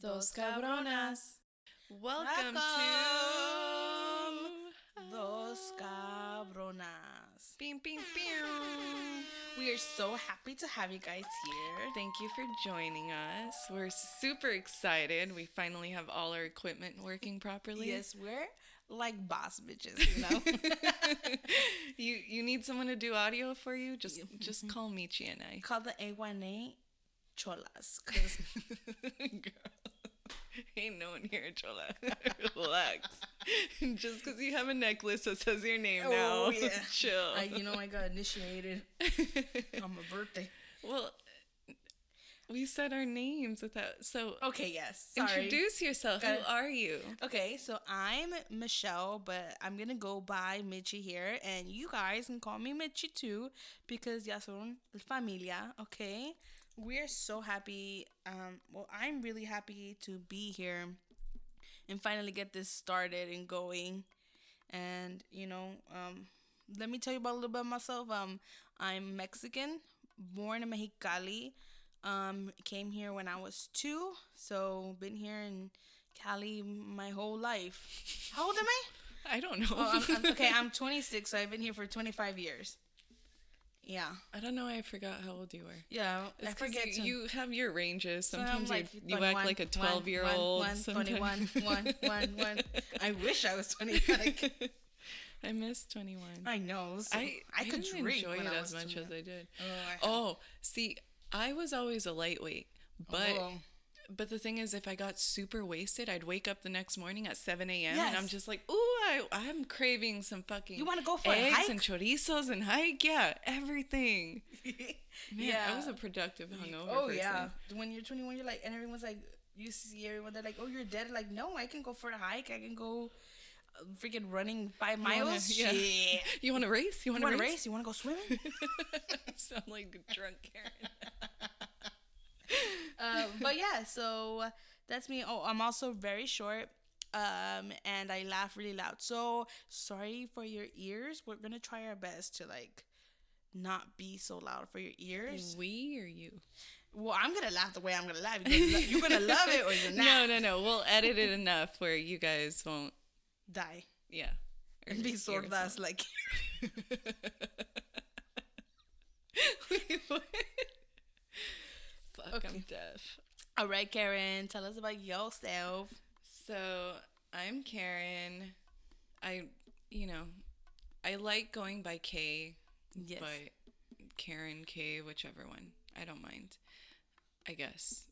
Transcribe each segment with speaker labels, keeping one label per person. Speaker 1: Dos cabronas.
Speaker 2: Welcome,
Speaker 1: Welcome.
Speaker 2: to
Speaker 1: Dos cabronas.
Speaker 2: Bing, bing, bing.
Speaker 1: We are so happy to have you guys here.
Speaker 2: Thank you for joining us. We're super excited. We finally have all our equipment working properly.
Speaker 1: Yes, we're like boss bitches, you know?
Speaker 2: you you need someone to do audio for you? Just just call Michi and I.
Speaker 1: Mm-hmm. Call the A1A cholas. 'cause
Speaker 2: Girl. Ain't no one here, Chola. Relax. Just because you have a necklace that says your name
Speaker 1: Oh,
Speaker 2: now,
Speaker 1: yeah.
Speaker 2: chill.
Speaker 1: I, you know, I got initiated on my birthday.
Speaker 2: Well, we said our names without. So
Speaker 1: Okay, yes. Sorry. Uh,
Speaker 2: introduce yourself. Who
Speaker 1: Gotta-
Speaker 2: are you?
Speaker 1: Okay, so I'm Michelle, but I'm gonna go by Mitchie here, and you guys can call me Mitchie too because ya son familia. Okay, we're so happy. Um, well, I'm really happy to be here and finally get this started and going. And you know, um, let me tell you about a little bit of myself. Um, I'm Mexican, born in Mexicali. Um, came here when I was two, so been here in Cali my whole life. How old am I?
Speaker 2: I don't know.
Speaker 1: Oh, I'm, I'm, okay, I'm 26, so I've been here for 25 years. Yeah,
Speaker 2: I don't know. I forgot how old you were.
Speaker 1: yeah. I
Speaker 2: It's 'cause
Speaker 1: forget
Speaker 2: You,
Speaker 1: to-
Speaker 2: you have your ranges.
Speaker 1: I'm
Speaker 2: Sometimes
Speaker 1: um,
Speaker 2: you're-
Speaker 1: like
Speaker 2: you act
Speaker 1: 21,
Speaker 2: like a
Speaker 1: one,
Speaker 2: 12 year old.
Speaker 1: one, one, 21, one, one, one. I wish I was 21. I c-
Speaker 2: I miss 21.
Speaker 1: I know. so
Speaker 2: I, I,
Speaker 1: could
Speaker 2: didn't
Speaker 1: drink
Speaker 2: enjoy
Speaker 1: when
Speaker 2: it
Speaker 1: I
Speaker 2: as
Speaker 1: was
Speaker 2: much
Speaker 1: 21.
Speaker 2: as I did.
Speaker 1: Oh, I-
Speaker 2: Oh, see, I was always a lightweight, but
Speaker 1: Oh.
Speaker 2: but the thing is, if I got super wasted, I'd wake up the next morning at seven a.m. and I'm
Speaker 1: Yes.
Speaker 2: just like, ooh, I I'm craving some fucking
Speaker 1: You wanna go for a
Speaker 2: eggs
Speaker 1: hike?
Speaker 2: and chorizos and hike, yeah, everything. Man,
Speaker 1: yeah.
Speaker 2: I was a productive hungover.
Speaker 1: oh
Speaker 2: person.
Speaker 1: yeah. When you're 21, you're like, and everyone's like, you see everyone. They're like, oh, you're dead. Like, no, I can go for a hike. I can go, uh, freaking running five
Speaker 2: You wanna-
Speaker 1: miles.
Speaker 2: yeah.
Speaker 1: Shit.
Speaker 2: You want to race? You want
Speaker 1: You
Speaker 2: to
Speaker 1: want to
Speaker 2: race?
Speaker 1: race? You want to go swimming?
Speaker 2: Sound like a drunk Karen.
Speaker 1: um, but yeah, so uh, that's me. Oh, I'm also very short. Um, and I laugh really loud. So sorry for your ears. We're gonna try our best to like not be so loud for your ears.
Speaker 2: We or you?
Speaker 1: Well, I'm gonna laugh the way I'm gonna laugh. You're gonna, lo- you're gonna love it or you're not.
Speaker 2: No, no, no. We'll edit it enough where you guys won't.
Speaker 1: Die.
Speaker 2: Yeah. Or
Speaker 1: Be
Speaker 2: your ears
Speaker 1: sordas like
Speaker 2: won't. Wait, what? Fuck, I'm deaf.
Speaker 1: All right, Karen, tell us about yourself.
Speaker 2: So I'm Karen. I, you know, I like going by K,
Speaker 1: Yes.
Speaker 2: but Karen K, whichever one. I don't mind. I guess.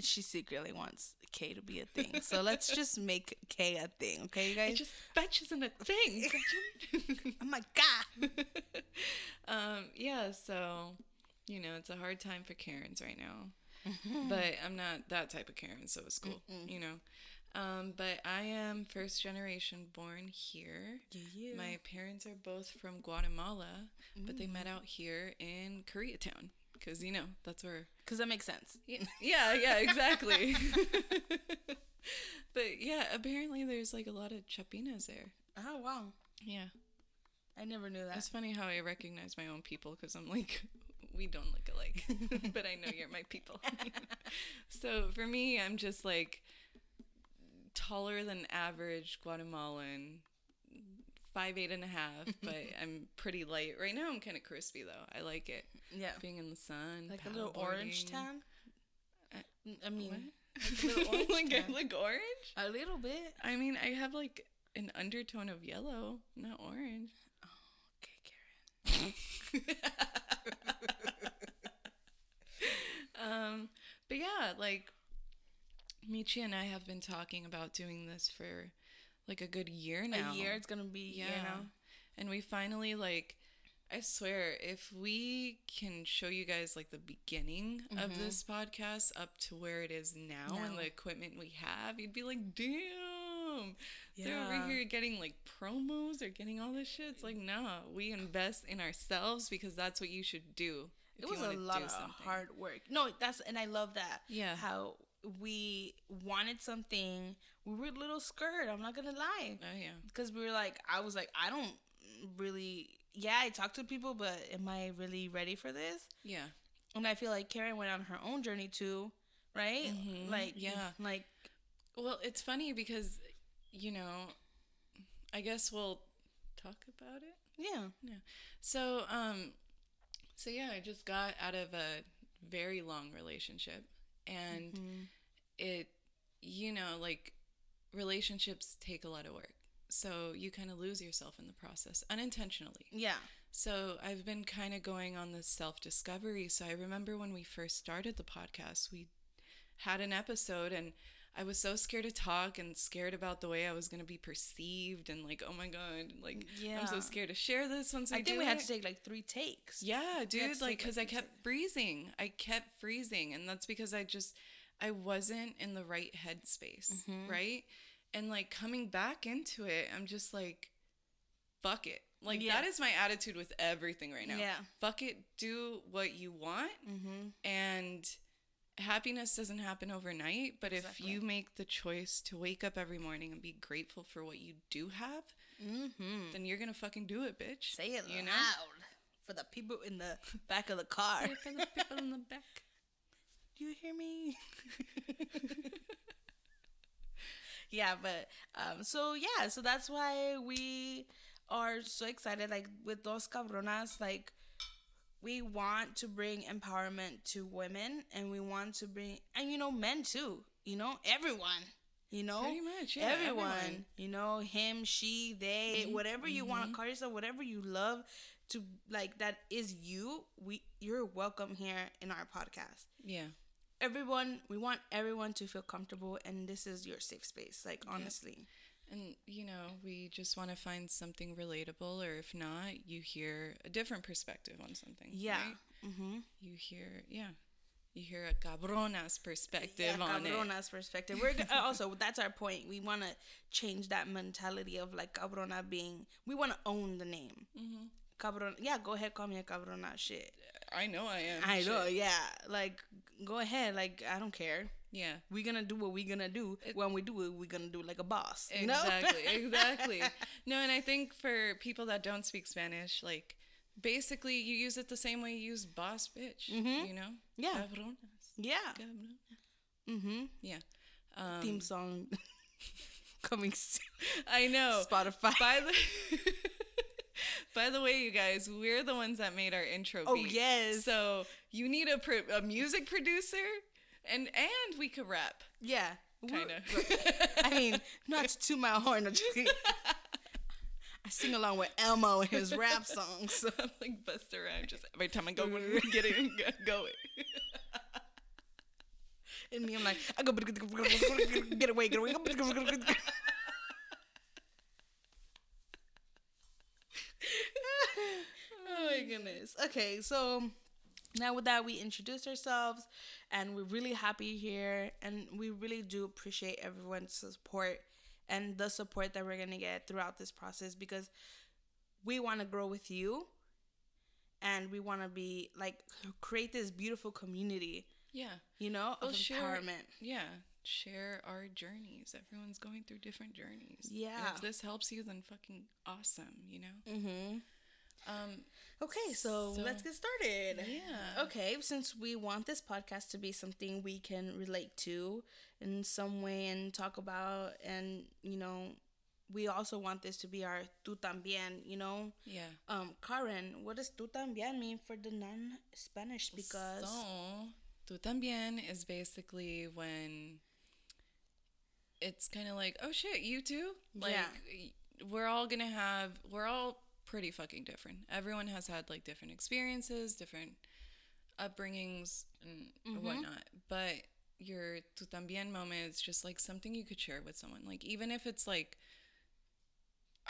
Speaker 1: She secretly wants K to be a thing. So let's just make K a thing, okay, you guys?
Speaker 2: It just fetch isn't a thing. Gretchen.
Speaker 1: oh my god.
Speaker 2: um, yeah, so you know, it's a hard time for Karens right now. but I'm not that type of Karen, so it's cool, you know. Um, but I am first generation born here.
Speaker 1: Yeah, yeah.
Speaker 2: My parents are both from Guatemala, but they met out here in Koreatown because you know that's where
Speaker 1: Because that makes sense.
Speaker 2: yeah, yeah, yeah, exactly. but yeah, apparently there's like a lot of Chapinas there.
Speaker 1: Oh wow.
Speaker 2: Yeah.
Speaker 1: I never knew that.
Speaker 2: It's funny how I recognize my own people because I'm like, we don't look alike, but I know you're my people. so for me, I'm just like taller than average Guatemalan, five eight and a half, but I'm pretty light. Right now, I'm kind of crispy though. I like it.
Speaker 1: Yeah.
Speaker 2: Being in the sun,
Speaker 1: Like a little orange
Speaker 2: paddleboarding.
Speaker 1: tan.
Speaker 2: Uh,
Speaker 1: I mean,
Speaker 2: Like,
Speaker 1: a little orange
Speaker 2: I
Speaker 1: tan.
Speaker 2: look orange.
Speaker 1: a little bit.
Speaker 2: I mean, I have like an undertone of yellow, not orange.
Speaker 1: Okay, Karen.
Speaker 2: Um, but yeah, like Michi and I have been talking about doing this for like a good year now.
Speaker 1: A year. It's gonna be yeah.
Speaker 2: yeah.
Speaker 1: year now.
Speaker 2: And we finally like I swear, if we can show you guys like the beginning of this podcast up to where it is now, and
Speaker 1: Mm-hmm. Now.
Speaker 2: the equipment we have, you'd be like, damn. They're over
Speaker 1: Yeah.
Speaker 2: here getting like promos or getting all this shit. It's like, nah, we invest in ourselves because that's what you should do. if
Speaker 1: It
Speaker 2: you
Speaker 1: was a
Speaker 2: wanna
Speaker 1: lot
Speaker 2: do
Speaker 1: of
Speaker 2: something.
Speaker 1: hard work. No, that's and I love that.
Speaker 2: Yeah.
Speaker 1: How we wanted something. We were a little scared. I'm not gonna lie.
Speaker 2: Oh yeah.
Speaker 1: because we were like i was like i don't really yeah i talk to people but am i really ready for this
Speaker 2: Yeah.
Speaker 1: and i feel like karen went on her own journey too right?
Speaker 2: Mhm,
Speaker 1: Like
Speaker 2: yeah.
Speaker 1: like
Speaker 2: Well, it's funny because, you know, I guess we'll talk about it.
Speaker 1: yeah.
Speaker 2: So, um, so yeah, I just got out of a very long relationship, and
Speaker 1: Mhm.
Speaker 2: it, you know, like relationships take a lot of work. So you kind of lose yourself in the process unintentionally.
Speaker 1: Yeah.
Speaker 2: So I've been kind of going on this self discovery. So I remember when we first started the podcast, we had an episode and I was so scared to talk and scared about the way I was going to be perceived and like, oh my God, like I'm
Speaker 1: Yeah.
Speaker 2: so scared to share this once we
Speaker 1: I think
Speaker 2: do
Speaker 1: we had
Speaker 2: it.
Speaker 1: to take like three takes.
Speaker 2: Yeah,
Speaker 1: We had to
Speaker 2: dude, like
Speaker 1: take,
Speaker 2: cuz I
Speaker 1: like, these
Speaker 2: kept freezing. I kept freezing and that's because I just I wasn't in the right headspace,
Speaker 1: Mhm.
Speaker 2: right? And like coming back into it, I'm just like fuck it. Like
Speaker 1: Yeah.
Speaker 2: that is my attitude with everything right now.
Speaker 1: Yeah.
Speaker 2: Fuck it, do what you want
Speaker 1: Mm-hmm.
Speaker 2: and happiness doesn't happen overnight, but
Speaker 1: Exactly.
Speaker 2: if you make the choice to wake up every morning and be grateful for what you do have,
Speaker 1: Mm-hmm.
Speaker 2: then you're going to fucking do it, bitch.
Speaker 1: Say it
Speaker 2: you
Speaker 1: loud
Speaker 2: know?
Speaker 1: for the people in the back of the car.
Speaker 2: For the people in the back.
Speaker 1: Do you hear me? yeah, but um, so yeah, so that's why we are so excited. Like with Dos Cabronas, like we want to bring empowerment to women, and we want to bring, and you know, men too. You know, everyone. You know,
Speaker 2: Pretty much, yeah,
Speaker 1: Oh, everyone,
Speaker 2: everyone.
Speaker 1: You know, him, she, they, whatever you want to call yourself, whatever you love to like that is you. We you're welcome here in our podcast
Speaker 2: Yeah.
Speaker 1: everyone we want everyone to feel comfortable and this is your safe space like honestly
Speaker 2: And, you know, we just want to find something relatable, or if not, you hear a different perspective on something.
Speaker 1: yeah
Speaker 2: right?
Speaker 1: mm-hmm.
Speaker 2: You hear, yeah. You hear a cabrona's perspective
Speaker 1: yeah,
Speaker 2: on it.
Speaker 1: cabrona's perspective we're go- uh, also that's our point we want to change that mentality of like cabrona being we want to own the name
Speaker 2: Mhm.
Speaker 1: cabron yeah go ahead call me a cabrona shit
Speaker 2: I know I am.
Speaker 1: i know
Speaker 2: shit.
Speaker 1: yeah like go ahead like i don't care
Speaker 2: Yeah.
Speaker 1: we're gonna do what we're gonna do when we do it we're gonna do it like a boss you know?
Speaker 2: Exactly. Exactly. No, and I think for people that don't speak Spanish, like, basically you use it the same way you use boss bitch,
Speaker 1: Mhm.
Speaker 2: you know?
Speaker 1: Yeah.
Speaker 2: Cabronas.
Speaker 1: yeah
Speaker 2: Cabrona.
Speaker 1: mm-hmm
Speaker 2: Yeah. Um,
Speaker 1: theme song coming soon
Speaker 2: I know.
Speaker 1: spotify
Speaker 2: By the By the way, you guys, we're the ones that made our intro
Speaker 1: Oh,
Speaker 2: beat.
Speaker 1: yes.
Speaker 2: So, you need a pro- a music producer and and we could rap
Speaker 1: Yeah.
Speaker 2: kind
Speaker 1: We're-
Speaker 2: of.
Speaker 1: we're- I mean, not to toot my horn. I'm just kidding. I sing along with Elmo and his rap songs. so-
Speaker 2: I'm like bust around just every time I go get it go it.
Speaker 1: And me, I'm like, I go, get away, get away. oh my goodness. Okay, so now with that, we introduced ourselves and we're really happy here. And we really do appreciate everyone's support and the support that we're going to get throughout this process because we want to grow with you and we want to be like create this beautiful community
Speaker 2: Yeah.
Speaker 1: you know,
Speaker 2: Well,
Speaker 1: of
Speaker 2: share-
Speaker 1: empowerment.
Speaker 2: Yeah. Share our journeys. Everyone's going through different journeys. And
Speaker 1: Yeah.
Speaker 2: if this helps you, then fucking awesome, you know?
Speaker 1: Mm-hmm.
Speaker 2: Um,
Speaker 1: Okay, so,
Speaker 2: So-
Speaker 1: let's get started.
Speaker 2: Yeah.
Speaker 1: Okay, since we want this podcast to be something we can relate to in some way and talk about, and you know, we also want this to be our tú también. You know,
Speaker 2: yeah.
Speaker 1: um, Karen, what does tú también mean for the non-Spanish speakers?
Speaker 2: So, tú también is basically when it's kind of like, oh shit, you too? Like,
Speaker 1: Yeah.
Speaker 2: y- we're all going to have, we're all pretty fucking different. Everyone has had like different experiences, different upbringings, and
Speaker 1: Mm-hmm.
Speaker 2: whatnot. But your tú también moment is just like something you could share with someone. Like, even if it's like,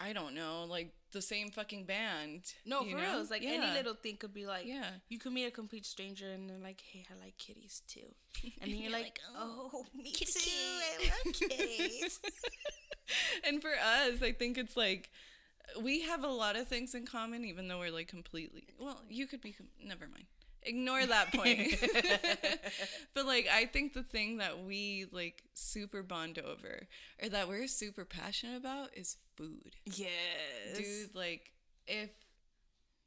Speaker 2: I don't know, like the same fucking band.
Speaker 1: no,
Speaker 2: you
Speaker 1: for
Speaker 2: know?
Speaker 1: real, it's like any
Speaker 2: Yeah.
Speaker 1: little thing could be like,
Speaker 2: Yeah.
Speaker 1: you could meet a complete stranger and they're like, hey, I like kitties too. And then you're like, oh, me too. I love kitties.
Speaker 2: and for us, I think it's like we have a lot of things in common, even though we're like completely. Well, you could be. com- Never mind. Ignore that point. but like, I think the thing that we like super bond over, or that we're super passionate about, is food,
Speaker 1: yes.
Speaker 2: dude. Like, if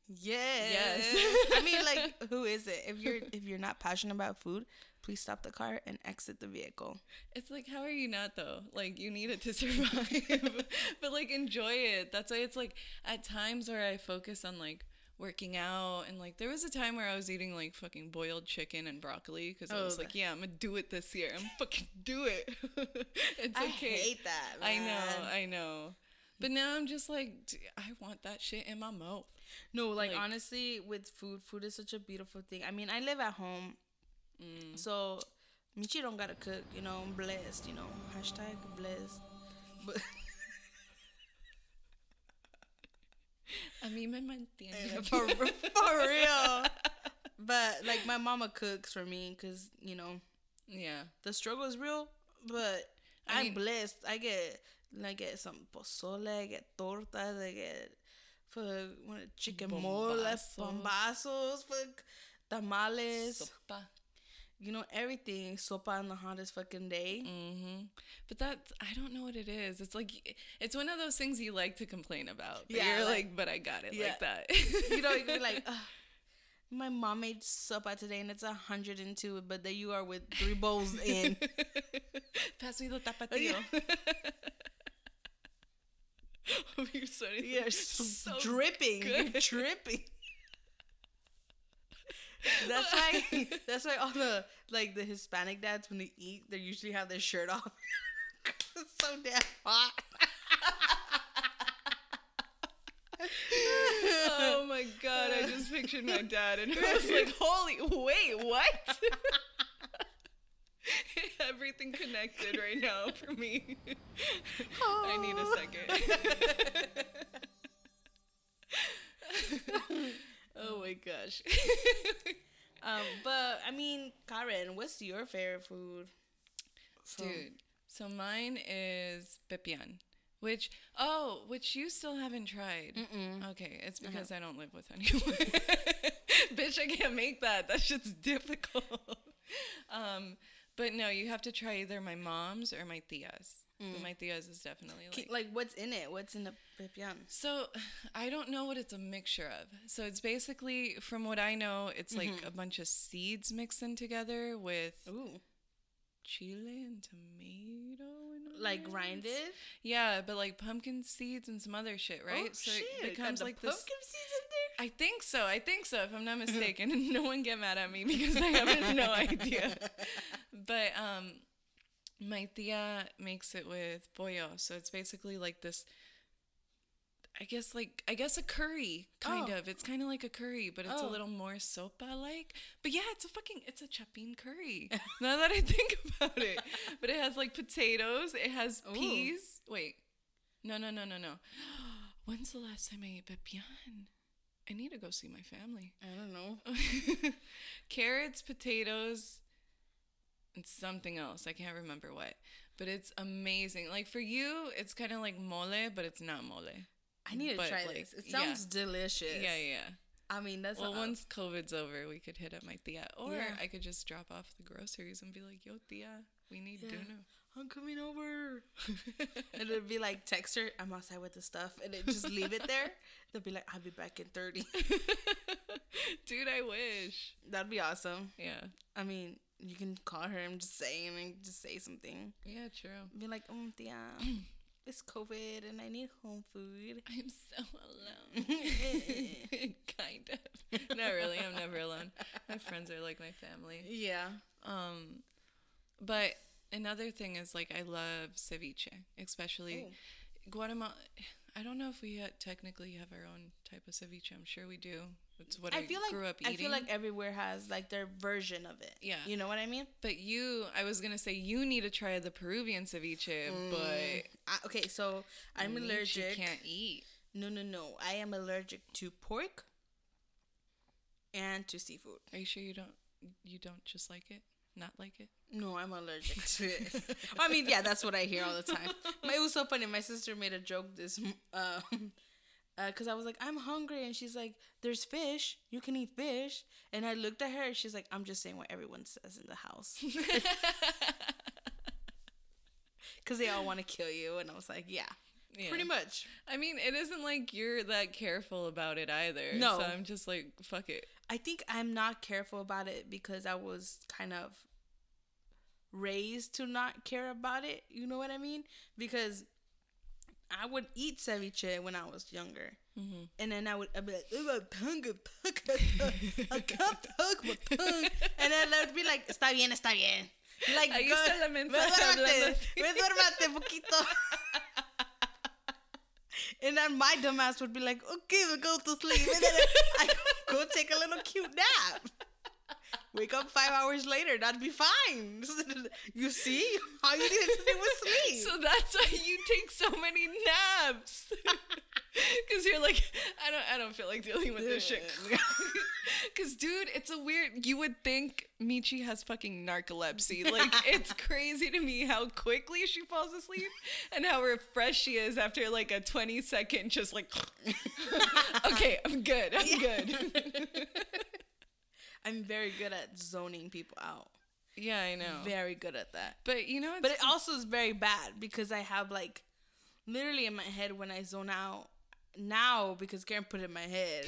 Speaker 1: Yes.
Speaker 2: Yes.
Speaker 1: I mean, like, who is it? If you're if you're not passionate about food, please stop the car and exit the vehicle.
Speaker 2: It's like, how are you not though? Like, you need it to survive, but like, enjoy it. That's why it's like, at times where I focus on like working out, and like, there was a time where I was eating like fucking boiled chicken and broccoli because I
Speaker 1: Oh,
Speaker 2: was
Speaker 1: the-
Speaker 2: like, yeah, I'm gonna do it this year. I'm fucking do it. it's
Speaker 1: I
Speaker 2: okay.
Speaker 1: hate that.
Speaker 2: I
Speaker 1: man.
Speaker 2: know, I know. But now I'm just like, "D- I want that shit in my mouth.
Speaker 1: No, like,
Speaker 2: Like-
Speaker 1: honestly, with food, food is such a beautiful thing. I mean, I live at home, so Michi don't gotta cook. You know, I'm blessed. You know, hashtag blessed. But
Speaker 2: A mí me mantiene.
Speaker 1: for, for real, but like my mama cooks for me because you know
Speaker 2: Yeah.
Speaker 1: the struggle is real, but
Speaker 2: I
Speaker 1: I am
Speaker 2: mean-
Speaker 1: blessed. I get I get some pozole, I get tortas, I get for what, chicken moles,
Speaker 2: Bombazos.
Speaker 1: bombazos, for tamales,
Speaker 2: Sopa.
Speaker 1: you know everything. Sopa on the hottest fucking day.
Speaker 2: hmm But that's, I don't know what it is. It's like, it's one of those things you like to complain about. But
Speaker 1: Yeah,
Speaker 2: You're
Speaker 1: like-
Speaker 2: like, but I got it
Speaker 1: Yeah.
Speaker 2: like that.
Speaker 1: You know, you're like. Ugh. My mom made sopa today and it's 102, but there you are with three bowls in.
Speaker 2: Pass me the tapatio. Oh, you're sweating.
Speaker 1: You're so
Speaker 2: so
Speaker 1: dripping. You're
Speaker 2: good.
Speaker 1: dripping. That's why. That's why all the like the Hispanic dads when they eat, they usually have their shirt off. 'Cause it's so damn hot.
Speaker 2: Oh my god, I just pictured my dad and I was like, holy wait, what? Everything connected right now for me. I need a second.
Speaker 1: oh my gosh.
Speaker 2: Dude,
Speaker 1: Um, but I mean, Karen, what's your favorite food? From-
Speaker 2: so mine is Pepian. Which oh, which you still haven't tried. Okay, it's because I don't live with anyone. Bitch, I can't make that. That shit's difficult. um, but no, you have to try either my mom's or my tia's. But My tia's is definitely
Speaker 1: Mm. Ki-
Speaker 2: like.
Speaker 1: like what's in it? What's in the pepian?
Speaker 2: So I don't know what it's a mixture of. So it's basically, from what I know, it's like
Speaker 1: Mm-hmm.
Speaker 2: a bunch of seeds mixed in together with
Speaker 1: Ooh,
Speaker 2: chile and tomato. And
Speaker 1: like
Speaker 2: onions.
Speaker 1: grinded,
Speaker 2: Yeah, but like pumpkin seeds and some other shit, right?
Speaker 1: Oh, shit.
Speaker 2: it
Speaker 1: got
Speaker 2: becomes
Speaker 1: the
Speaker 2: like
Speaker 1: pumpkin
Speaker 2: this.
Speaker 1: seeds in there.
Speaker 2: I think so. I think so, if I'm not mistaken. And no one get mad at me because I have no idea. But um, my tia makes it with pollo, so it's basically like this. I guess like I guess a curry kind
Speaker 1: Oh.
Speaker 2: of. It's kind of like a curry, but it's
Speaker 1: Oh.
Speaker 2: a little more sopa like. But yeah, it's a fucking it's a chapin curry. now that I think about it, but it has like potatoes. It has
Speaker 1: Ooh.
Speaker 2: peas. Wait, no, no, no, no, no. When's the last time I ate pepian? I need to go see my family.
Speaker 1: I don't know.
Speaker 2: Carrots, potatoes, and something else. I can't remember what. But it's amazing. Like for you, it's kind of like mole, but it's not mole.
Speaker 1: I need to
Speaker 2: But,
Speaker 1: try
Speaker 2: like,
Speaker 1: this. It
Speaker 2: yeah.
Speaker 1: sounds delicious.
Speaker 2: Yeah, yeah.
Speaker 1: I mean, that's
Speaker 2: Well,
Speaker 1: well,
Speaker 2: once COVID's over, we could hit up my tia, or
Speaker 1: Yeah.
Speaker 2: I could just drop off the groceries and be like, "Yo, tia, we need
Speaker 1: Yeah.
Speaker 2: duno."
Speaker 1: I'm coming over. and it'd be like, text her, I'm outside with the stuff. And then just leave it there. They'll be like, I'll be back in 30.
Speaker 2: Dude, I wish.
Speaker 1: That'd be awesome.
Speaker 2: Yeah.
Speaker 1: I mean, you can call her, I'm just saying, and just say something.
Speaker 2: Yeah. True.
Speaker 1: Be like, um, Tia, it's COVID and I need home food.
Speaker 2: I'm so alone. kind of. Not really. I'm never alone. My friends are like my family.
Speaker 1: Yeah.
Speaker 2: Um, but another thing is like I love ceviche, especially
Speaker 1: Oh.
Speaker 2: Guatemala. I don't know if we ha- technically have our own type of ceviche. I'm sure we do. It's what I,
Speaker 1: I feel like
Speaker 2: grew up
Speaker 1: I
Speaker 2: eating.
Speaker 1: feel like everywhere has like their version of it.
Speaker 2: Yeah.
Speaker 1: You know what I mean?
Speaker 2: but you, I was gonna say you need to try the Peruvian ceviche, but
Speaker 1: I, okay, so Mm, I'm
Speaker 2: meat
Speaker 1: allergic.
Speaker 2: You can't eat.
Speaker 1: No, no, no. I am allergic to pork and to seafood.
Speaker 2: Are you sure you don't? You don't just like it? Not like it?
Speaker 1: No, I'm allergic to it. I mean, yeah, that's what I hear all the time. My, it was so funny. My sister made a joke this, um, because I was like, I'm hungry, and she's like, There's fish. You can eat fish. And I looked at her, and she's like, I'm just saying what everyone says in the house, because they all want to kill you. And I was like, Yeah,
Speaker 2: Yeah.
Speaker 1: Pretty much.
Speaker 2: I mean, it isn't like you're that careful about it either.
Speaker 1: No.
Speaker 2: So I'm just like, fuck it.
Speaker 1: I think I'm not careful about it because I was kind of raised to not care about it. You know what I mean? Because I would eat ceviche when I was younger.
Speaker 2: Mm-hmm.
Speaker 1: And then I would I'd be like, "Ooh, a tongue, a tongue, a a cup, hug, my tongue. And then I would be like, está bien, está bien. Like,
Speaker 2: Ahí
Speaker 1: "Go-
Speaker 2: está la mensaje hablando
Speaker 1: resérvate,
Speaker 2: así.
Speaker 1: resérvate poquito. And then my dumbass would be like, okay, we'll go to sleep. And then I go take a little cute nap. Wake up five hours later, that'd be fine. you see? All you needed to do was sleep.
Speaker 2: So that's why you take so many naps. Cause you're like, I don't I don't feel like dealing with this shit. Cause dude, it's a weird you would think Michi has fucking narcolepsy. Like it's crazy to me how quickly she falls asleep and how refreshed she is after like a 20 second just like Okay, I'm good. I'm good.
Speaker 1: I'm very good at zoning people out.
Speaker 2: yeah, I know.
Speaker 1: Very good at that.
Speaker 2: But you know it's
Speaker 1: But it also is very bad because I have like literally in my head when I zone out now because Karen put it in my head.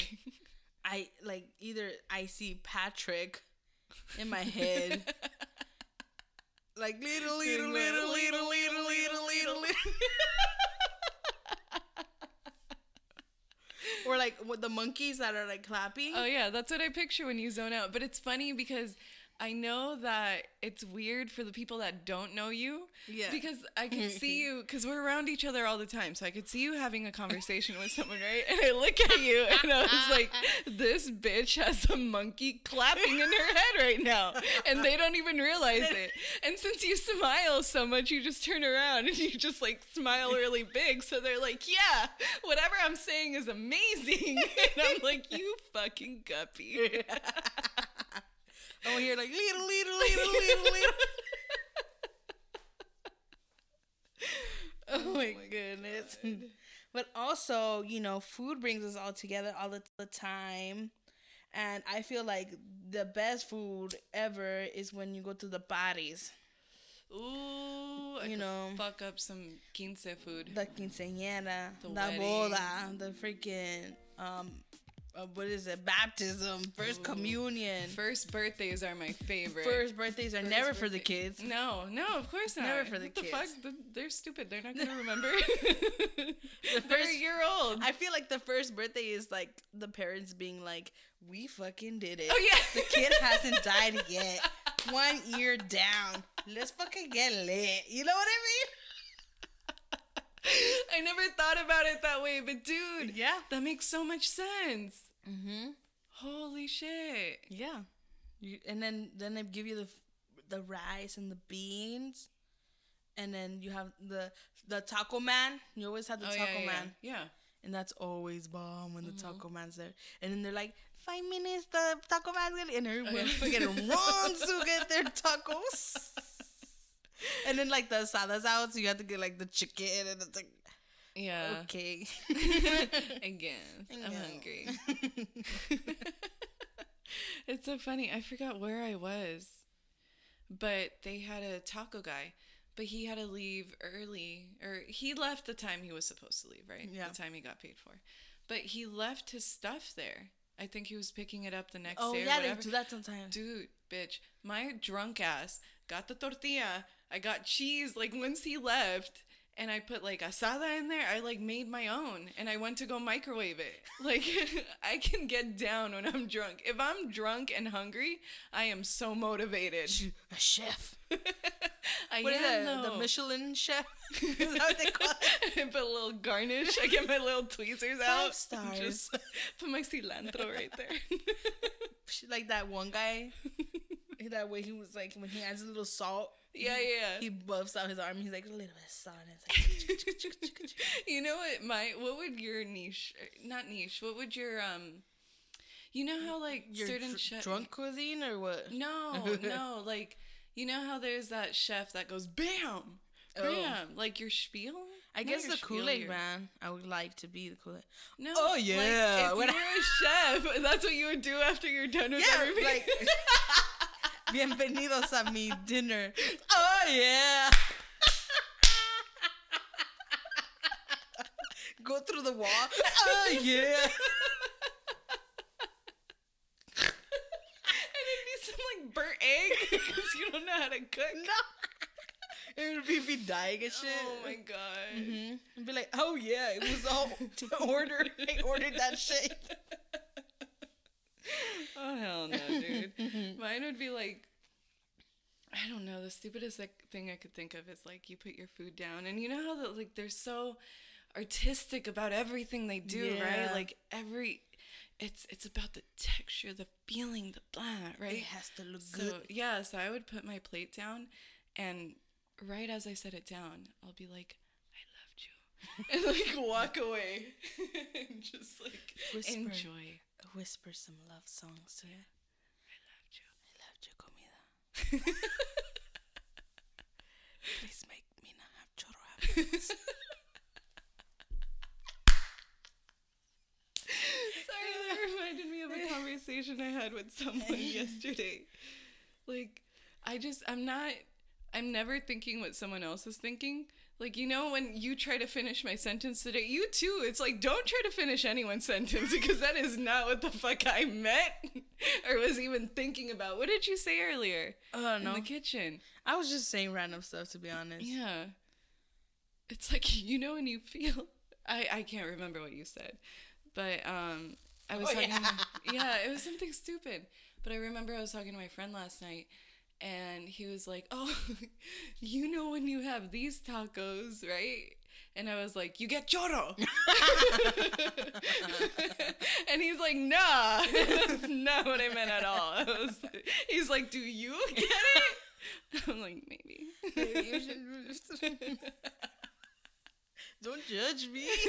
Speaker 1: I like either I see Patrick in my head. Like little little little little little little little little Or like with the monkeys that are like clapping.
Speaker 2: Oh yeah, that's what I picture when you zone out. But it's funny because I know that it's weird for the people that don't know you.
Speaker 1: Yeah.
Speaker 2: Because I
Speaker 1: Mm-hmm.
Speaker 2: can see you because we're around each other all the time, so I could see you having a conversation with someone, right? And I look at you and I was like, "This bitch has a monkey clapping in her head right now," and they don't even realize it. And since you smile so much, you just turn around and you just like smile really big, so they're like, "Yeah, whatever I'm saying is amazing," and I'm like, "You fucking guppy."
Speaker 1: Oh, here like little little little little little Oh my goodness. But also, you know, food brings us all together all the, the time. And I feel like the best food ever is when you go to the parties.
Speaker 2: Ooh, I
Speaker 1: You
Speaker 2: could
Speaker 1: know.
Speaker 2: fuck up some quince food.
Speaker 1: The quinceañera,
Speaker 2: The
Speaker 1: the,
Speaker 2: wedding.
Speaker 1: boda, the freaking, um, uh, what is it? Baptism, first communion.
Speaker 2: First birthdays are my favorite.
Speaker 1: First birthdays are never for the
Speaker 2: birthday.
Speaker 1: kids.
Speaker 2: No, no, of course not.
Speaker 1: Never for the
Speaker 2: what
Speaker 1: kids.
Speaker 2: The fuck? Th- They're stupid. They're not gonna remember. They're a
Speaker 1: first-
Speaker 2: year old.
Speaker 1: I feel like the first birthday is like the parents being like, "We fucking did it.
Speaker 2: Oh, yeah.
Speaker 1: the kid hasn't died yet. One year down. Let's fucking get lit. You know what I
Speaker 2: I never thought about it that way, but dude,
Speaker 1: mean? Yeah.
Speaker 2: that makes so much sense.
Speaker 1: Mm-hmm.
Speaker 2: Holy shit!
Speaker 1: Yeah. You, and then then they give you the f- the rice and the beans, and then you have the the taco man. You always have the
Speaker 2: oh
Speaker 1: taco
Speaker 2: yeah, yeah,
Speaker 1: man.
Speaker 2: yeah. Yeah.
Speaker 1: And that's always bomb when the
Speaker 2: Mm-hmm.
Speaker 1: taco man's there. And then they're like, five minutes, the taco man's gonna-" And everyone
Speaker 2: yeah.
Speaker 1: freaking runs to get their tacos. and then like the asada's out, so you have to get like the chicken. And it's like,
Speaker 2: Yeah.
Speaker 1: okay.
Speaker 2: I guess. I'm
Speaker 1: No.
Speaker 2: hungry. it's so funny. I forgot where I was, but they had a taco guy, but he had to leave early, or he left the time he was supposed to leave, right?
Speaker 1: Yeah.
Speaker 2: The time he got paid for. But he left his stuff there. I think he was picking it up the next
Speaker 1: oh,
Speaker 2: day. or
Speaker 1: yeah, they
Speaker 2: whatever.
Speaker 1: do that sometimes.
Speaker 2: Dude, bitch, my drunk ass got the tortilla. I got cheese. Like once he left, and I put like asada in there. I like made my own, and I went to go microwave it. Like I can get down when I'm drunk. If I'm drunk and hungry, I am so motivated.
Speaker 1: A chef.
Speaker 2: I
Speaker 1: What is
Speaker 2: am
Speaker 1: that? The
Speaker 2: though.
Speaker 1: Michelin chef? is that what they call it?
Speaker 2: I put a little garnish. I get my little tweezers out.
Speaker 1: Five stars.
Speaker 2: Just put my cilantro right there.
Speaker 1: like that one guy. That way he was like, when he adds a little salt,
Speaker 2: yeah, yeah.
Speaker 1: he buffs out his arm. He's like, a little bit of salt. And it's like,
Speaker 2: you know what my what would your niche not niche what would your um you know how like
Speaker 1: Your
Speaker 2: certain
Speaker 1: dr-
Speaker 2: chef
Speaker 1: drunk cuisine or what?
Speaker 2: no no like you know how there's that chef that goes bam bam
Speaker 1: Oh.
Speaker 2: like your spiel
Speaker 1: I
Speaker 2: Not
Speaker 1: guess
Speaker 2: your
Speaker 1: the
Speaker 2: spiel,
Speaker 1: Kool Aid
Speaker 2: your-
Speaker 1: man. I would like to be the Kool Aid.
Speaker 2: no
Speaker 1: Oh,
Speaker 2: like,
Speaker 1: yeah,
Speaker 2: if
Speaker 1: when
Speaker 2: you're a chef that's what you would do after you're done with
Speaker 1: Yeah,
Speaker 2: everything
Speaker 1: like bienvenidos a mi dinner. Oh yeah. go through the wall. Oh yeah.
Speaker 2: And it'd be some like burnt egg because you don't know how to cook.
Speaker 1: No. It would be me dying and shit.
Speaker 2: Oh my god.
Speaker 1: hmm Be like, oh yeah, it was all to order. I ordered that shit.
Speaker 2: Oh hell no, dude. Mine would be like I don't know, the stupidest like, thing I could think of is like you put your food down and you know how that like they're so artistic about everything they do,
Speaker 1: Yeah.
Speaker 2: right? Like every it's it's about the texture, the feeling, the blah, right?
Speaker 1: It has to look
Speaker 2: So
Speaker 1: good.
Speaker 2: yeah, so I would put my plate down, and right as I set it down, I'll be like, "I loved you," and like walk away, and just like
Speaker 1: Whisper.
Speaker 2: enjoy.
Speaker 1: Whisper some love songs. Yeah.
Speaker 2: I
Speaker 1: I loved your comida.
Speaker 2: loved you.
Speaker 1: Please make me not have choro afterwards.
Speaker 2: Sorry, that reminded me of a conversation I had with someone yesterday. Like, I just, I'm not, I'm never thinking what someone else is thinking. Like, you know, when you try to finish my sentence today, you too, it's like, don't try to finish anyone's sentence because that is not what the fuck I meant or was even thinking about. What did you say earlier?
Speaker 1: oh
Speaker 2: In
Speaker 1: no.
Speaker 2: the kitchen.
Speaker 1: I was just saying random stuff to be honest.
Speaker 2: Yeah. It's like you know when you feel I, I can't remember what you said. But um I was
Speaker 1: Oh,
Speaker 2: talking
Speaker 1: yeah.
Speaker 2: yeah, it was something stupid. But I remember I was talking to my friend last night and he was like, "Oh, you know when you have these tacos, right?" And I was like, "You get choro." and he's like, "Nah, that's not what I meant at all." I was, he's like, "Do you get it?" I'm like, "Maybe."
Speaker 1: You should- Don't judge me.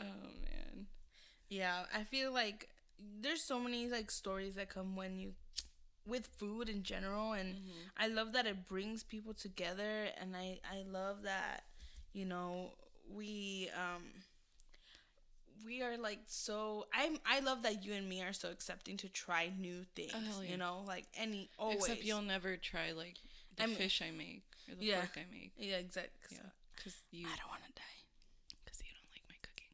Speaker 2: oh man.
Speaker 1: Yeah, I feel like there's so many like stories that come when you with food in general and
Speaker 2: Mm-hmm.
Speaker 1: I love that it brings people together and I I love that you know we um we are like so I'm I love that you and me are so accepting to try new things,
Speaker 2: Oh, hell yeah.
Speaker 1: you know, like any always.
Speaker 2: Except you'll never try like the
Speaker 1: I mean-
Speaker 2: fish I make or the
Speaker 1: Yeah.
Speaker 2: pork I make.
Speaker 1: Yeah, exactly.
Speaker 2: Yeah, because you
Speaker 1: I don't want to die.
Speaker 2: because you don't like my cooking.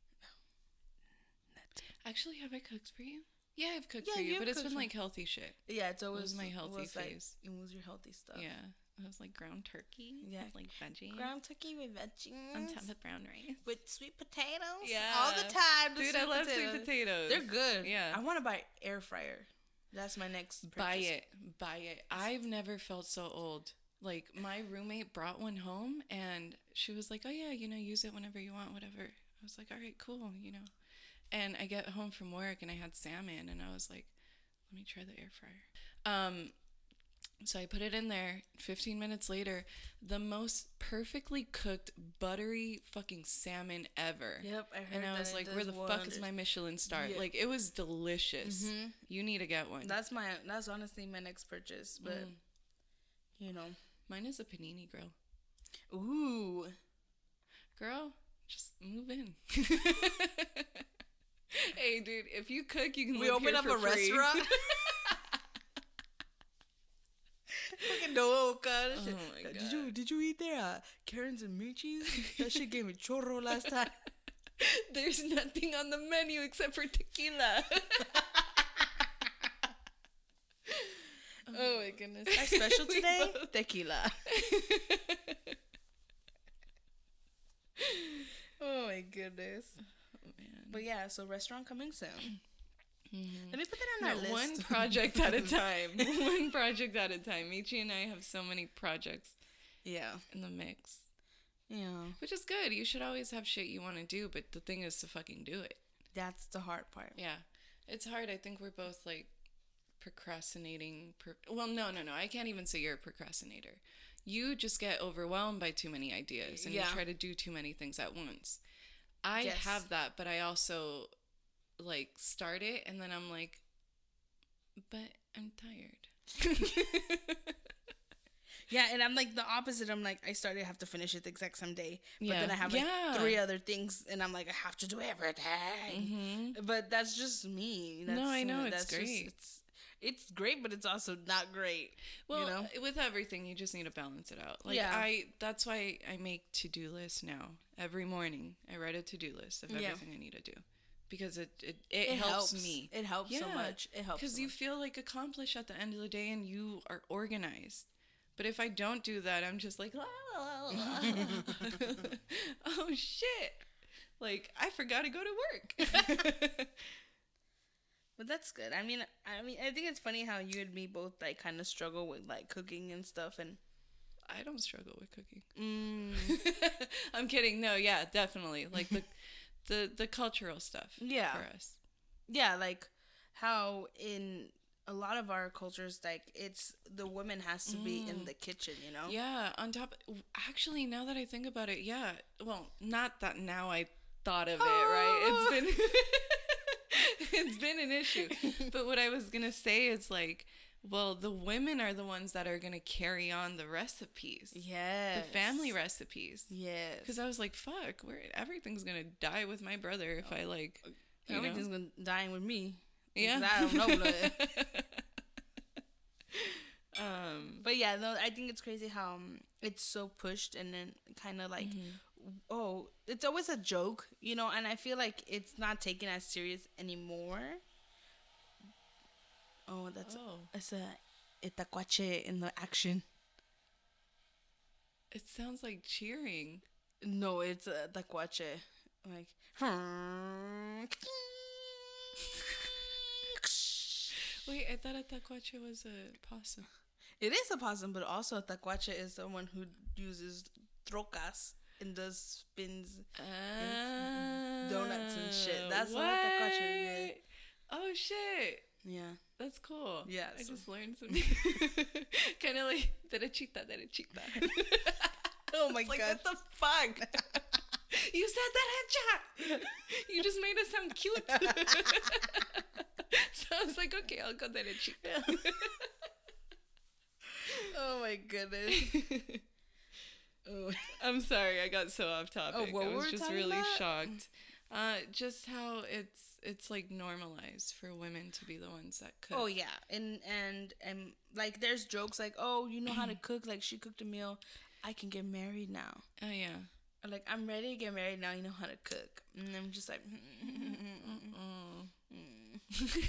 Speaker 2: Actually, have I cooked for you? Yeah, I've cooked
Speaker 1: Yeah,
Speaker 2: for
Speaker 1: you
Speaker 2: you,
Speaker 1: have
Speaker 2: but it's
Speaker 1: cooked
Speaker 2: been
Speaker 1: for-
Speaker 2: like healthy shit.
Speaker 1: Yeah, it's always
Speaker 2: my healthy
Speaker 1: was, like,
Speaker 2: phase.
Speaker 1: It was your healthy stuff.
Speaker 2: Yeah, it was like ground turkey.
Speaker 1: Yeah.
Speaker 2: with, like veggie
Speaker 1: Ground turkey with veggies.
Speaker 2: on top of brown rice.
Speaker 1: with sweet potatoes.
Speaker 2: Yeah.
Speaker 1: all the time. the
Speaker 2: Dude, I love sweet potatoes.
Speaker 1: They're good.
Speaker 2: Yeah.
Speaker 1: I want to buy air fryer. That's my next.
Speaker 2: Buy
Speaker 1: purchase.
Speaker 2: it. Buy it. I've never felt so old. Like my roommate brought one home and she was like, "Oh yeah, you know, use it whenever you want, whatever." I was like, "All right, cool, you know." And I get home from work and I had salmon and I was like, "Let me try the air fryer." Um so I put it in there. 15 minutes later, the most perfectly cooked, buttery fucking salmon ever.
Speaker 1: Yep, I heard
Speaker 2: And I
Speaker 1: that
Speaker 2: was
Speaker 1: it
Speaker 2: like, where
Speaker 1: does
Speaker 2: the fuck
Speaker 1: wonders.
Speaker 2: is my Michelin star?
Speaker 1: Yeah. Mm-hmm.
Speaker 2: Like, it was delicious. You need to get one.
Speaker 1: That's my. That's honestly my next purchase. But
Speaker 2: Mm.
Speaker 1: you know,
Speaker 2: Mine is a panini grill.
Speaker 1: ooh,
Speaker 2: Girl, just move in. hey, dude, if you cook, you can.
Speaker 1: we
Speaker 2: live
Speaker 1: open
Speaker 2: here
Speaker 1: up
Speaker 2: for
Speaker 1: a
Speaker 2: free.
Speaker 1: restaurant. Fucking Dohoka.
Speaker 2: Oh my
Speaker 1: Did you did you eat there? Uh, Karen's and Michi's. That shit gave me chorro last time.
Speaker 2: There's nothing on the menu except for tequila.
Speaker 1: Oh my goodness. Our special
Speaker 2: We
Speaker 1: today, tequila. oh my goodness. Oh, But yeah, so restaurant coming soon. Let me put that on our
Speaker 2: Not
Speaker 1: list.
Speaker 2: one project at a time. one project at a time. Michi and I have so many projects
Speaker 1: yeah.
Speaker 2: in the mix,
Speaker 1: Yeah.
Speaker 2: which is good. You should always have shit you want to do, but the thing is to fucking do it.
Speaker 1: That's the hard part.
Speaker 2: Yeah. It's hard. I think we're both like procrastinating. Pro- well, no, no, no. I can't even say you're a procrastinator. You just get overwhelmed by too many ideas and
Speaker 1: Yeah.
Speaker 2: you try to do too many things at once. I
Speaker 1: Yes.
Speaker 2: have that, but I also like start it and then I'm like, but I'm tired.
Speaker 1: Yeah, and I'm like the opposite. I'm like, I started, I have to finish it the exact same day. But
Speaker 2: Yeah.
Speaker 1: then I have like
Speaker 2: Yeah.
Speaker 1: three other things, and I'm like, I have to do everything.
Speaker 2: hmm
Speaker 1: Mm-hmm. But that's just me. That's,
Speaker 2: I know, it's
Speaker 1: that's just-
Speaker 2: great.
Speaker 1: it's, it's great, but it's also not great.
Speaker 2: Well,
Speaker 1: you know?
Speaker 2: with everything, you just need to balance it out. Like
Speaker 1: Yeah.
Speaker 2: I, that's why I make to do lists now. Every morning, I write a to do list of
Speaker 1: Yeah.
Speaker 2: everything I need to do because it it, it, helps, me.
Speaker 1: It helps so
Speaker 2: Yeah,
Speaker 1: much. It helps
Speaker 2: Because
Speaker 1: so
Speaker 2: you
Speaker 1: much.
Speaker 2: feel like accomplished at the end of the day and you are organized. But if I don't do that, I'm just like, la, la, la, la. oh shit. Like, I forgot to go to work.
Speaker 1: But that's good. I mean, I mean, I think it's funny how you and me both like kind of struggle with like cooking and stuff. And
Speaker 2: I don't struggle with cooking.
Speaker 1: mm,
Speaker 2: I'm kidding. No, yeah, definitely. Like the the the cultural stuff.
Speaker 1: Yeah.
Speaker 2: For us.
Speaker 1: yeah, like how in a lot of our cultures, like it's the woman has to be
Speaker 2: Mm.
Speaker 1: in the kitchen. You know.
Speaker 2: Yeah. On top, actually, now that I think about it, yeah. Well, not that now I thought of it. Right. It's been it's been an issue. But what I was gonna say is like, well, the women are the ones that are gonna carry on the recipes,
Speaker 1: Yes.
Speaker 2: the family recipes.
Speaker 1: Yes.
Speaker 2: Because I was like, fuck, where everything's gonna die with my brother if I like. you know?
Speaker 1: Everything's gonna dying with me.
Speaker 2: Yeah.
Speaker 1: 'Cause I don't know. blood.
Speaker 2: um,
Speaker 1: but yeah, no, I think it's crazy how um, it's so pushed and then kind of like, oh, it's always a joke, you know. And I feel like it's not taken as serious anymore. Oh, that's
Speaker 2: oh,
Speaker 1: it's a itacuache in the action.
Speaker 2: it sounds like cheering.
Speaker 1: No, it's a tacuache. Like,
Speaker 2: Wait, I thought a taquacha was a possum.
Speaker 1: It is a possum, but also a tacuache is someone who uses trocas and does spins. donuts and shit.
Speaker 2: Oh,
Speaker 1: That's what a taquacha is.
Speaker 2: what? Oh shit,
Speaker 1: Yeah.
Speaker 2: that's cool.
Speaker 1: Yeah,
Speaker 2: I
Speaker 1: so-
Speaker 2: just learned some. kind of like derechita, derechita.
Speaker 1: Oh my
Speaker 2: It's like,
Speaker 1: god.
Speaker 2: what the fuck? you said that headshot. You just made it sound cute. so I was like, okay, I'll go derechita.
Speaker 1: Oh my goodness. Oh.
Speaker 2: I'm sorry, I got so off topic.
Speaker 1: what
Speaker 2: I
Speaker 1: were
Speaker 2: was
Speaker 1: we
Speaker 2: just
Speaker 1: talking
Speaker 2: really
Speaker 1: about?
Speaker 2: shocked. Uh, just how it's it's like normalized for women to be the ones that cook.
Speaker 1: Oh yeah, and and and like there's jokes like, oh, you know how to cook? Like she cooked a meal. I can get married now.
Speaker 2: Oh, yeah.
Speaker 1: Or like I'm ready to get married now. You know how to cook, and I'm just like,
Speaker 2: Mm.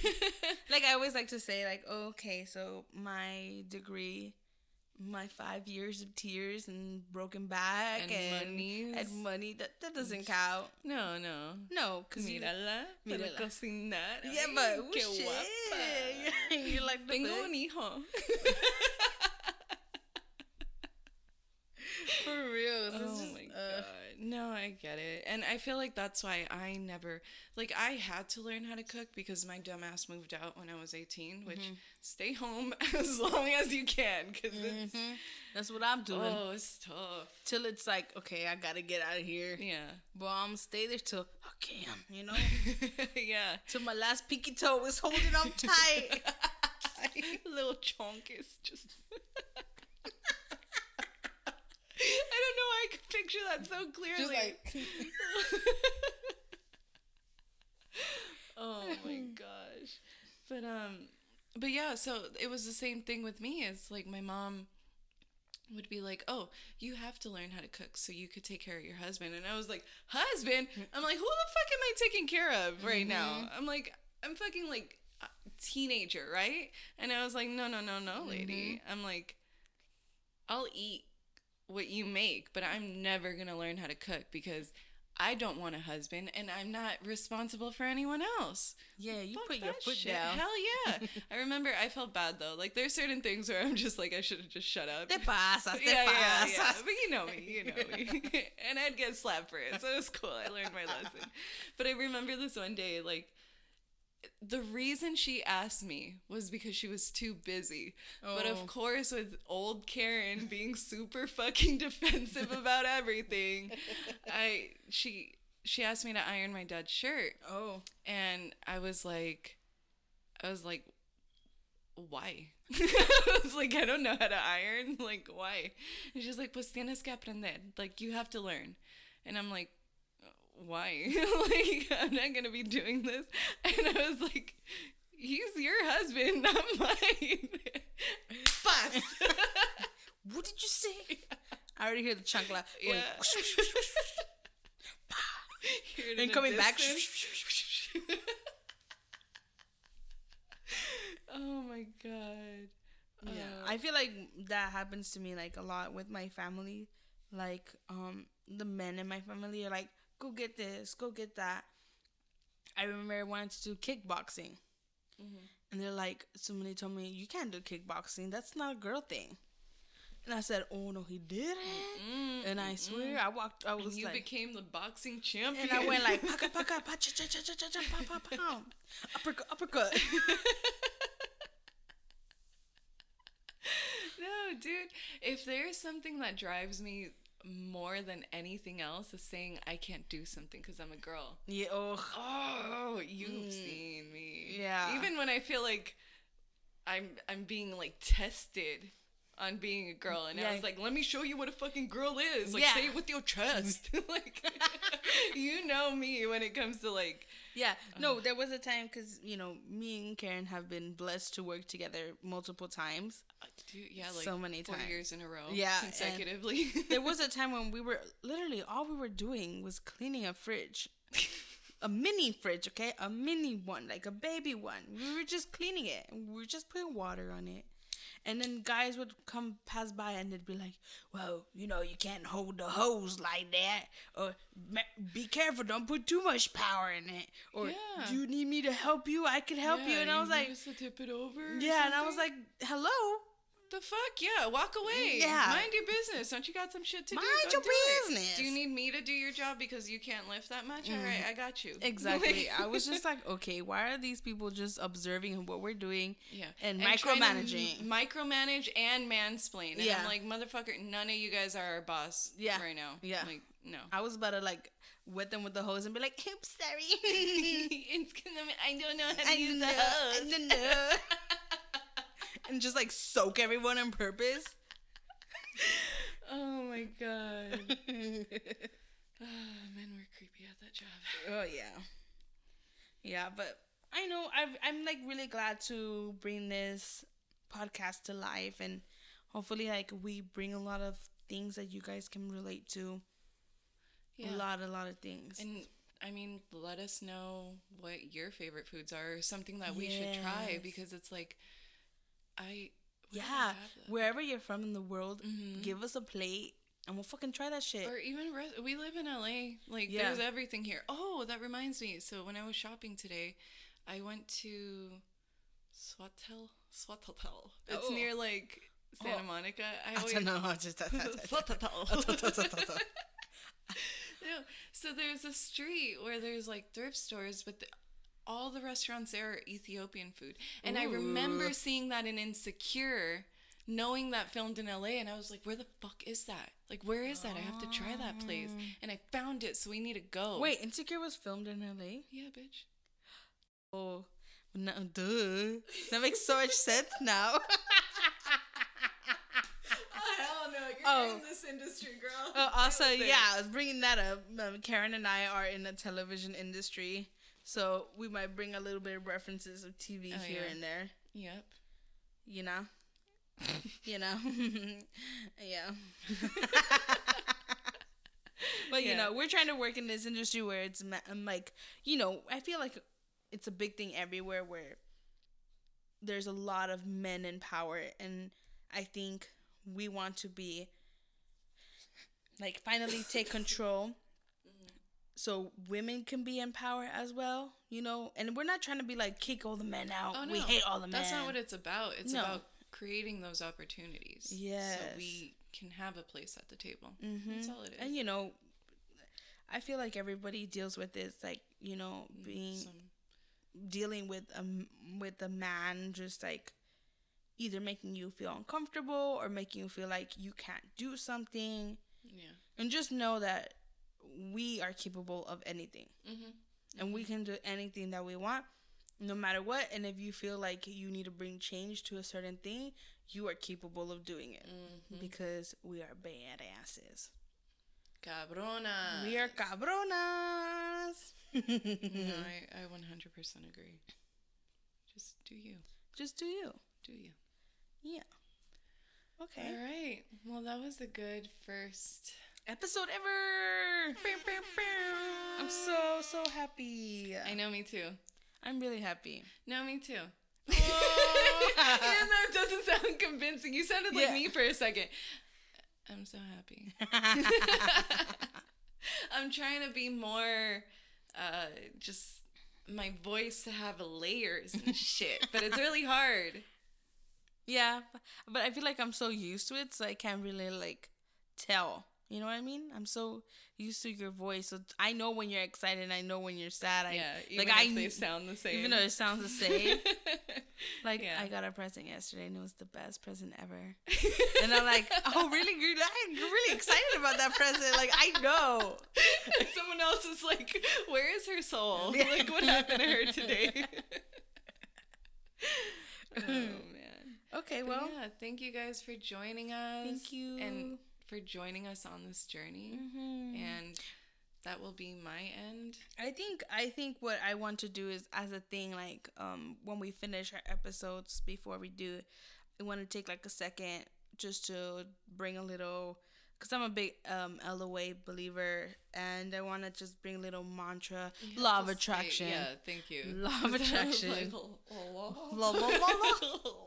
Speaker 1: like I always like to say like, okay, so my degree, my five years of tears and broken back
Speaker 2: And
Speaker 1: and
Speaker 2: monies.
Speaker 1: and money that that doesn't count.
Speaker 2: No, no.
Speaker 1: No, because you,
Speaker 2: Mírala, para
Speaker 1: Mírala.
Speaker 2: cocinar.
Speaker 1: yeah,
Speaker 2: Ay,
Speaker 1: but oh,
Speaker 2: qué
Speaker 1: shit.
Speaker 2: guapa.
Speaker 1: you're like the
Speaker 2: Tengo
Speaker 1: best.
Speaker 2: un hijo.
Speaker 1: for real. So
Speaker 2: Oh
Speaker 1: it's just,
Speaker 2: my
Speaker 1: uh,
Speaker 2: god. No, I get it. And I feel like that's why I never like I had to learn how to cook because my dumbass moved out when I was 18, which stay home as long as you can cuz it's
Speaker 1: That's what I'm doing.
Speaker 2: oh, it's tough.
Speaker 1: Till it's like, okay, I gotta get out of here.
Speaker 2: Yeah.
Speaker 1: But I'm gonna stay there till I can, you know?
Speaker 2: yeah.
Speaker 1: till my last pinky toe is holding on tight.
Speaker 2: Little chunk is just I don't know why I could picture that so clearly.
Speaker 1: Just like,
Speaker 2: oh my gosh. But um but yeah, so it was the same thing with me. It's like my mom would be like, "Oh, you have to learn how to cook so you could take care of your husband." And I was like, "Husband?" I'm like, "Who the fuck am I taking care of right now?" I'm like, "I'm fucking like a teenager, right?" And I was like, "No, no, no, no, lady."
Speaker 1: Mm-hmm.
Speaker 2: I'm like, "I'll eat what you make, but I'm never going to learn how to cook because I don't want a husband and I'm not responsible for anyone else."
Speaker 1: yeah, you
Speaker 2: Fuck
Speaker 1: put your
Speaker 2: that
Speaker 1: foot
Speaker 2: shit.
Speaker 1: down.
Speaker 2: Hell yeah. I remember I felt bad though. Like there's certain things where I'm just like I should have just shut up.
Speaker 1: Te pasas, te
Speaker 2: Yeah, yeah,
Speaker 1: pasas.
Speaker 2: yeah. But you know me, you know me. and I'd get slapped for it. So it was cool. I learned my lesson. But I remember this one day, like the reason she asked me was because she was too busy. But
Speaker 1: Oh.
Speaker 2: of course, with old Karen being super fucking defensive about everything, I she she asked me to iron my dad's shirt
Speaker 1: Oh,
Speaker 2: and I was like, I was like, why? I was like, I don't know how to iron. Like, why? And she's like, pues tienes que aprender. Like, you have to learn. And I'm like, why? like, I'm not gonna be doing this. And I was like, he's your husband, not mine.
Speaker 1: Fuss. what did you say? I already hear the chunk laugh. Going,
Speaker 2: yeah. Hear it in
Speaker 1: And
Speaker 2: a
Speaker 1: coming back.
Speaker 2: distance. oh my god.
Speaker 1: Yeah.
Speaker 2: Uh,
Speaker 1: I feel like that happens to me like a lot with my family. Like um the men in my family are like, go get this, go get that. I remember I wanted to do kickboxing. And they're like, somebody told me, you can't do kickboxing. That's not a girl thing. And I said, oh no, he did it.
Speaker 2: Mm,
Speaker 1: And I swear, I walked, I was
Speaker 2: you
Speaker 1: like,
Speaker 2: became the boxing champion.
Speaker 1: and I went like, paka paka, pa cha cha cha cha cha cha, pa pa pow. Uppercut, uppercut.
Speaker 2: no, dude. If there's something that drives me more than anything else, is saying I can't do something because I'm a girl.
Speaker 1: yeah, oh.
Speaker 2: Oh, you've seen me.
Speaker 1: Mm. Yeah.
Speaker 2: Even when I feel like I'm I'm being like tested on being a girl, and I
Speaker 1: Yeah.
Speaker 2: was like, let me show you what a fucking girl is. Like,
Speaker 1: Yeah.
Speaker 2: say it with your chest. like, you know me when it comes to like.
Speaker 1: Yeah,
Speaker 2: Uh-huh.
Speaker 1: no, there was a time because you know me and Karen have been blessed to work together multiple times.
Speaker 2: Dude, yeah, like
Speaker 1: So many
Speaker 2: four
Speaker 1: times.
Speaker 2: years in a row,
Speaker 1: Yeah, and
Speaker 2: consecutively.
Speaker 1: There was a time when we were literally all we were doing was cleaning a fridge, a mini fridge, okay, a mini one, like a baby one. We were just cleaning it. and We were just putting water on it. And then guys would come pass by and they'd be like, "Well, you know, you can't hold the hose like that, or "Ma- be careful, don't put too much power in it, or
Speaker 2: Yeah.
Speaker 1: do you need me to help you? I can help you."
Speaker 2: Yeah,
Speaker 1: And I was like,
Speaker 2: need us to tip it over. or
Speaker 1: Yeah, and I was
Speaker 2: something?
Speaker 1: like, "Hello,
Speaker 2: the fuck? Yeah, walk away.
Speaker 1: Yeah.
Speaker 2: Mind your business. Don't you got some shit to
Speaker 1: mind
Speaker 2: do? Go
Speaker 1: your
Speaker 2: do it.
Speaker 1: business." Mm.
Speaker 2: Do you need me to do your job because you can't lift that much? All right, I got you.
Speaker 1: exactly?
Speaker 2: Like-
Speaker 1: I was just like, okay, why are these people just observing what we're doing?
Speaker 2: yeah,
Speaker 1: and
Speaker 2: trying to
Speaker 1: micromanaging.
Speaker 2: m- micromanage and mansplain. And
Speaker 1: Yeah.
Speaker 2: I'm like, motherfucker, none of you guys are our boss.
Speaker 1: Yeah.
Speaker 2: right now.
Speaker 1: Yeah.
Speaker 2: like no.
Speaker 1: I was about to like wet them with the hose and be like, "Oops, sorry."
Speaker 2: it's gonna. I don't know how to
Speaker 1: I
Speaker 2: use
Speaker 1: know,
Speaker 2: the hose.
Speaker 1: I know. and just like soak everyone on purpose.
Speaker 2: Oh my god.
Speaker 1: oh
Speaker 2: Ah, men were creepy at that job.
Speaker 1: Oh, yeah, yeah. But I know I've, I'm like really glad to bring this podcast to life, and hopefully, like we bring a lot of things that you guys can relate to. A lot, a lot of things.
Speaker 2: And I mean, let us know what your favorite foods are, or something that we should try
Speaker 1: Yes.
Speaker 2: because it's like, I we don't
Speaker 1: yeah,
Speaker 2: have that. Mm-hmm.
Speaker 1: wherever you're from in the world, give us a plate and we'll fucking try that shit.
Speaker 2: Or even res- we live in LA. Like
Speaker 1: Yeah.
Speaker 2: there's everything here. Oh, that reminds me. So when I was shopping today, I went to Swatel Swateltel. It's
Speaker 1: Oh.
Speaker 2: near like Santa
Speaker 1: Oh.
Speaker 2: Monica. I
Speaker 1: I
Speaker 2: always
Speaker 1: don't know. I just- I- I- I-
Speaker 2: Swateltel. No. So there's a street where there's like thrift stores, but the, all the restaurants there are Ethiopian food. And I remember
Speaker 1: Ooh.
Speaker 2: seeing that in Insecure, knowing that filmed in LA, and I was like, where the fuck is that? Like, where is that? I have to try that place. And I found it, so we need to go.
Speaker 1: Ah. Wait, Insecure was filmed in LA?
Speaker 2: Yeah, bitch.
Speaker 1: Oh, no, duh. That makes so much sense now.
Speaker 2: Hell no, you're
Speaker 1: Oh. in
Speaker 2: this industry, girl.
Speaker 1: Oh, also, yeah, I was bringing that up. Um, Karen and I are in the television industry, so we might bring a little bit of references of TV
Speaker 2: Oh,
Speaker 1: here
Speaker 2: yeah.
Speaker 1: and there.
Speaker 2: Yep.
Speaker 1: You know? you know? yeah. but, you
Speaker 2: Yeah.
Speaker 1: know, we're trying to work in this industry where it's ma- um, like, you know, I feel like it's a big thing everywhere where there's a lot of men in power. And I think we want to be, like, finally take control. So women can be in power as well, you know, and we're not trying to be like kick all the men out.
Speaker 2: Oh, no.
Speaker 1: We hate all the men.
Speaker 2: That's not what it's about. It's
Speaker 1: No.
Speaker 2: about creating those opportunities. So
Speaker 1: Yes.
Speaker 2: we can have a place at the table.
Speaker 1: Mhm.
Speaker 2: That's all it is.
Speaker 1: and you know i feel like everybody deals with this like you know being
Speaker 2: Some-
Speaker 1: dealing with um with a man just like either making you feel uncomfortable or making you feel like you can't do something
Speaker 2: yeah.
Speaker 1: and just know that we are capable of anything
Speaker 2: Mhm.
Speaker 1: and we can do anything that we want no matter what and if you feel like you need to bring change to a certain thing you are capable of doing it because we are badasses
Speaker 2: Cabrona.
Speaker 1: We are cabronas.
Speaker 2: No, I, I 100% agree. Just Do you?
Speaker 1: Just do you.
Speaker 2: Do you?
Speaker 1: Yeah. Okay.
Speaker 2: All right. Well, that was a good first.
Speaker 1: Episode ever. I'm so so happy.
Speaker 2: I know, me too.
Speaker 1: I'm really happy.
Speaker 2: No, me too. Even
Speaker 1: Oh.
Speaker 2: though it doesn't sound convincing, you sounded like
Speaker 1: Yeah.
Speaker 2: me for a second. I'm so happy. I'm trying to be more, uh, just my voice to have layers and shit, but it's really hard.
Speaker 1: yeah, but I feel like I'm so used to it, so I can't really like tell. You know what I mean? I'm so used to your voice, so I know when you're excited. and I know when you're sad. I,
Speaker 2: yeah,
Speaker 1: like
Speaker 2: even
Speaker 1: I
Speaker 2: if they
Speaker 1: kn-
Speaker 2: sound the same.
Speaker 1: even though it sounds the same. Like
Speaker 2: Yeah.
Speaker 1: I got a present yesterday and it was the best present ever. And I'm like, oh really? You're, like- you're really excited about that present? Like I know.
Speaker 2: Someone else is like, where is her soul?
Speaker 1: Yeah.
Speaker 2: Like, what happened to her today? oh, man.
Speaker 1: Okay,
Speaker 2: But
Speaker 1: well,
Speaker 2: yeah, thank you guys for joining us.
Speaker 1: thank you.
Speaker 2: And for joining us on this journey.
Speaker 1: Mhm.
Speaker 2: And that will be my end.
Speaker 1: I think I think what I want to do is as a thing like um when we finish our episodes before we do, I want to take like a second just to bring a little because I'm a big um LOA believer and I want to just bring a little mantra, law of
Speaker 2: Just say-
Speaker 1: attraction.
Speaker 2: yeah, thank you.
Speaker 1: Law of attraction.
Speaker 2: Like, "Oh, oh,
Speaker 1: La, la, la, la."
Speaker 2: oh."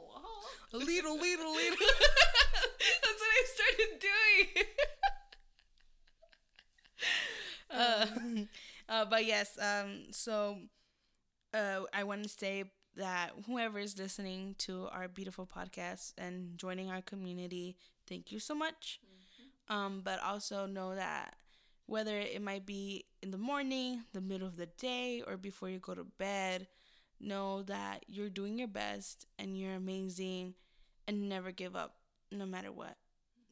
Speaker 1: Little, little, little.
Speaker 2: That's what I started doing.
Speaker 1: uh, uh, but yes, um, so uh, I want to say that whoever is listening to our beautiful podcast and joining our community, thank you so much. Um, but also know that whether it might be in the morning, the middle of the day, or before you go to bed, know that you're doing your best and you're amazing and never give up no matter what.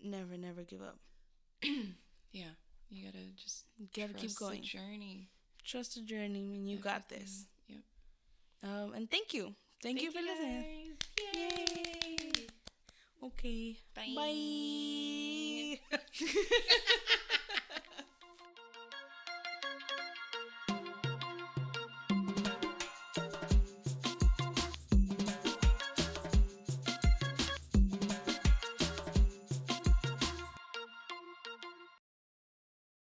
Speaker 1: Never, never give up.
Speaker 2: yeah, you gotta just
Speaker 1: You gotta
Speaker 2: trust
Speaker 1: keep going.
Speaker 2: The journey.
Speaker 1: Trust the journey and you got
Speaker 2: Everything.
Speaker 1: this.
Speaker 2: Yep.
Speaker 1: Um, and thank you. Thank, you for listening.
Speaker 2: listening.
Speaker 1: Okay.
Speaker 2: Bye.
Speaker 1: Bye.
Speaker 2: Yay.